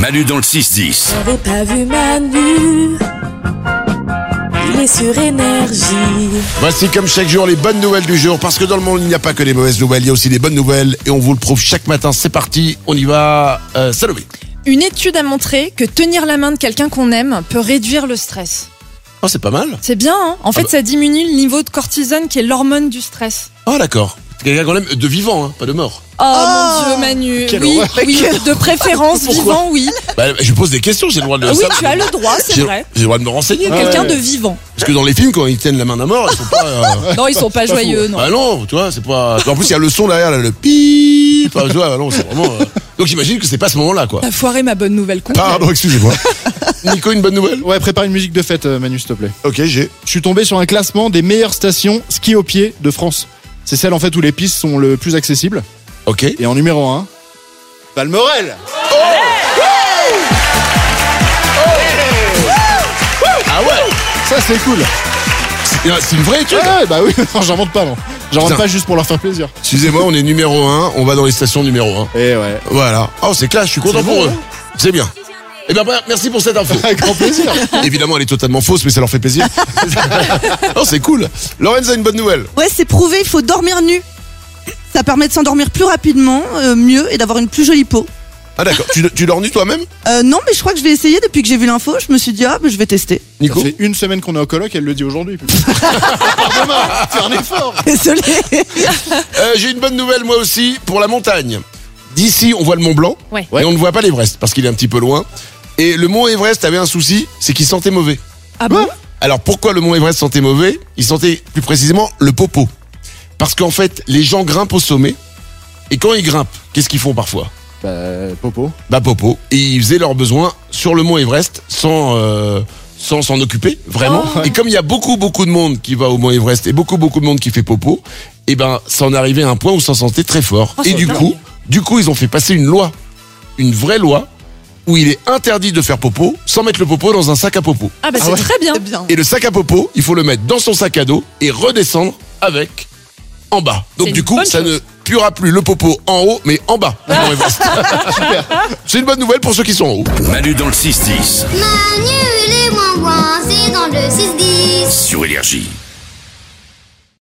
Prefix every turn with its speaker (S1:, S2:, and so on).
S1: Manu dans le 6-10.
S2: J'avais pas vu Manu. Il est sur énergie.
S3: Voici comme chaque jour les bonnes nouvelles du jour, parce que dans le monde il n'y a pas que des mauvaises nouvelles, il y a aussi des bonnes nouvelles, et on vous le prouve chaque matin. C'est parti, on y va, euh, Salomé.
S4: Une étude a montré que tenir la main de quelqu'un qu'on aime peut réduire le stress.
S3: Oh, c'est pas mal.
S4: C'est bien, hein En fait, ça diminue le niveau de cortisone qui est l'hormone du stress.
S3: Oh, d'accord. C'est Quelqu'un qu'on aime de vivant, hein, pas de mort.
S4: Oh, mon dieu, Manu.
S3: Ah, Quelle
S4: oui,
S3: horreur.
S4: oui, de préférence
S3: Pourquoi
S4: vivant, oui.
S3: Bah, je pose des questions, j'ai le droit de
S4: Ah Oui,
S3: Ah, ça-
S4: tu as le droit, c'est
S3: j'ai-
S4: vrai.
S3: J'ai le droit de me renseigner.
S4: Quelqu'un
S3: ouais.
S4: de vivant.
S3: Parce que dans les films, quand ils tiennent la main d'un mort, ils sont pas. euh,
S4: Non, ils sont pas joyeux, non.
S3: Ah non, tu vois, c'est pas. En plus, il y a le son derrière, là, le pip. Enfin, tu vois, non, c'est vraiment. euh, Donc j'imagine que c'est pas ce moment-là, quoi.
S4: T'as foiré ma bonne nouvelle con.
S3: Pardon, excusez-moi. Nico, une bonne nouvelle
S5: Ouais, prépare une musique de fête, euh, Manu, s'il te plaît.
S3: Ok, j'ai.
S5: Je suis tombé sur un classement des meilleures stations ski au pied de France. C'est celle en fait où les pistes sont le plus accessibles.
S3: Ok.
S5: Et en numéro 1, Palmorel
S3: Ah ouais
S5: Ça, c'est cool
S3: C'est- C'est une vraie étude
S5: Ouais, bah oui, non, j'invente pas, non. J'invente
S3: Putain.
S5: pas juste pour leur faire plaisir.
S3: Excusez-moi, on est numéro 1, on va dans les stations numéro 1.
S5: Et ouais.
S3: Voilà. Oh, c'est classe, je suis content
S5: C'est
S3: pour
S5: bon,
S3: eux.
S5: hein
S3: C'est bien. Eh ben, bah, merci pour cette info.
S5: Avec grand plaisir
S3: Évidemment, elle est totalement fausse, mais ça leur fait plaisir. oh, c'est cool. Lorenz a une bonne nouvelle.
S6: Ouais, c'est prouvé, il faut dormir nu. Ça permet de s'endormir plus rapidement, euh, mieux et d'avoir une plus jolie peau.
S3: Ah, d'accord. tu, tu dors nu toi-même
S6: Euh, non, mais je crois que je vais essayer depuis que j'ai vu l'info. Je me suis dit, ah, bah, je vais tester.
S5: Ça
S3: Nico
S5: fait une semaine qu'on est au colloque, elle le dit aujourd'hui. putain. Demain, faire un effort
S6: Désolé.
S3: Euh, J'ai une bonne nouvelle, moi aussi, pour la montagne. D'ici, on voit le Mont Blanc,
S4: Ouais.
S3: mais on ne voit pas l'Everest parce qu'il est un petit peu loin. Et le Mont Everest avait un souci, c'est qu'il sentait mauvais.
S4: Ah bon
S3: Alors pourquoi le mont Everest sentait mauvais Il sentait plus précisément le popo. Parce qu'en fait, les gens grimpent au sommet. Et quand ils grimpent, qu'est-ce qu'ils font parfois
S5: Bah, Popo.
S3: Bah popo. Et ils faisaient leurs besoins sur le mont Everest sans... euh, sans s'en occuper vraiment et comme il y a beaucoup beaucoup de monde qui va au mont Everest et beaucoup beaucoup de monde qui fait popo et ben ça en arrivait à un point où ça sentait très fort
S4: Oh,
S3: et
S4: c'est
S3: du
S4: dingue.
S3: coup du coup ils ont fait passer une loi une vraie loi où il est interdit de faire popo sans mettre le popo dans un sac à popo
S4: Ah bah c'est très bien.
S6: C'est bien.
S3: et le sac à popo, il faut le mettre dans son sac à dos et redescendre avec en bas. Donc
S4: C'est
S3: du
S4: une
S3: coup,
S4: bonne
S3: ça
S4: chose.
S3: ne puera plus le popo en haut, mais en bas. du Mont Everest. C'est une bonne nouvelle pour ceux qui sont en haut.
S1: Manu dans le 6-10
S7: Manu, il est moins loin, c'est dans le 6-10.
S1: sur Énergie.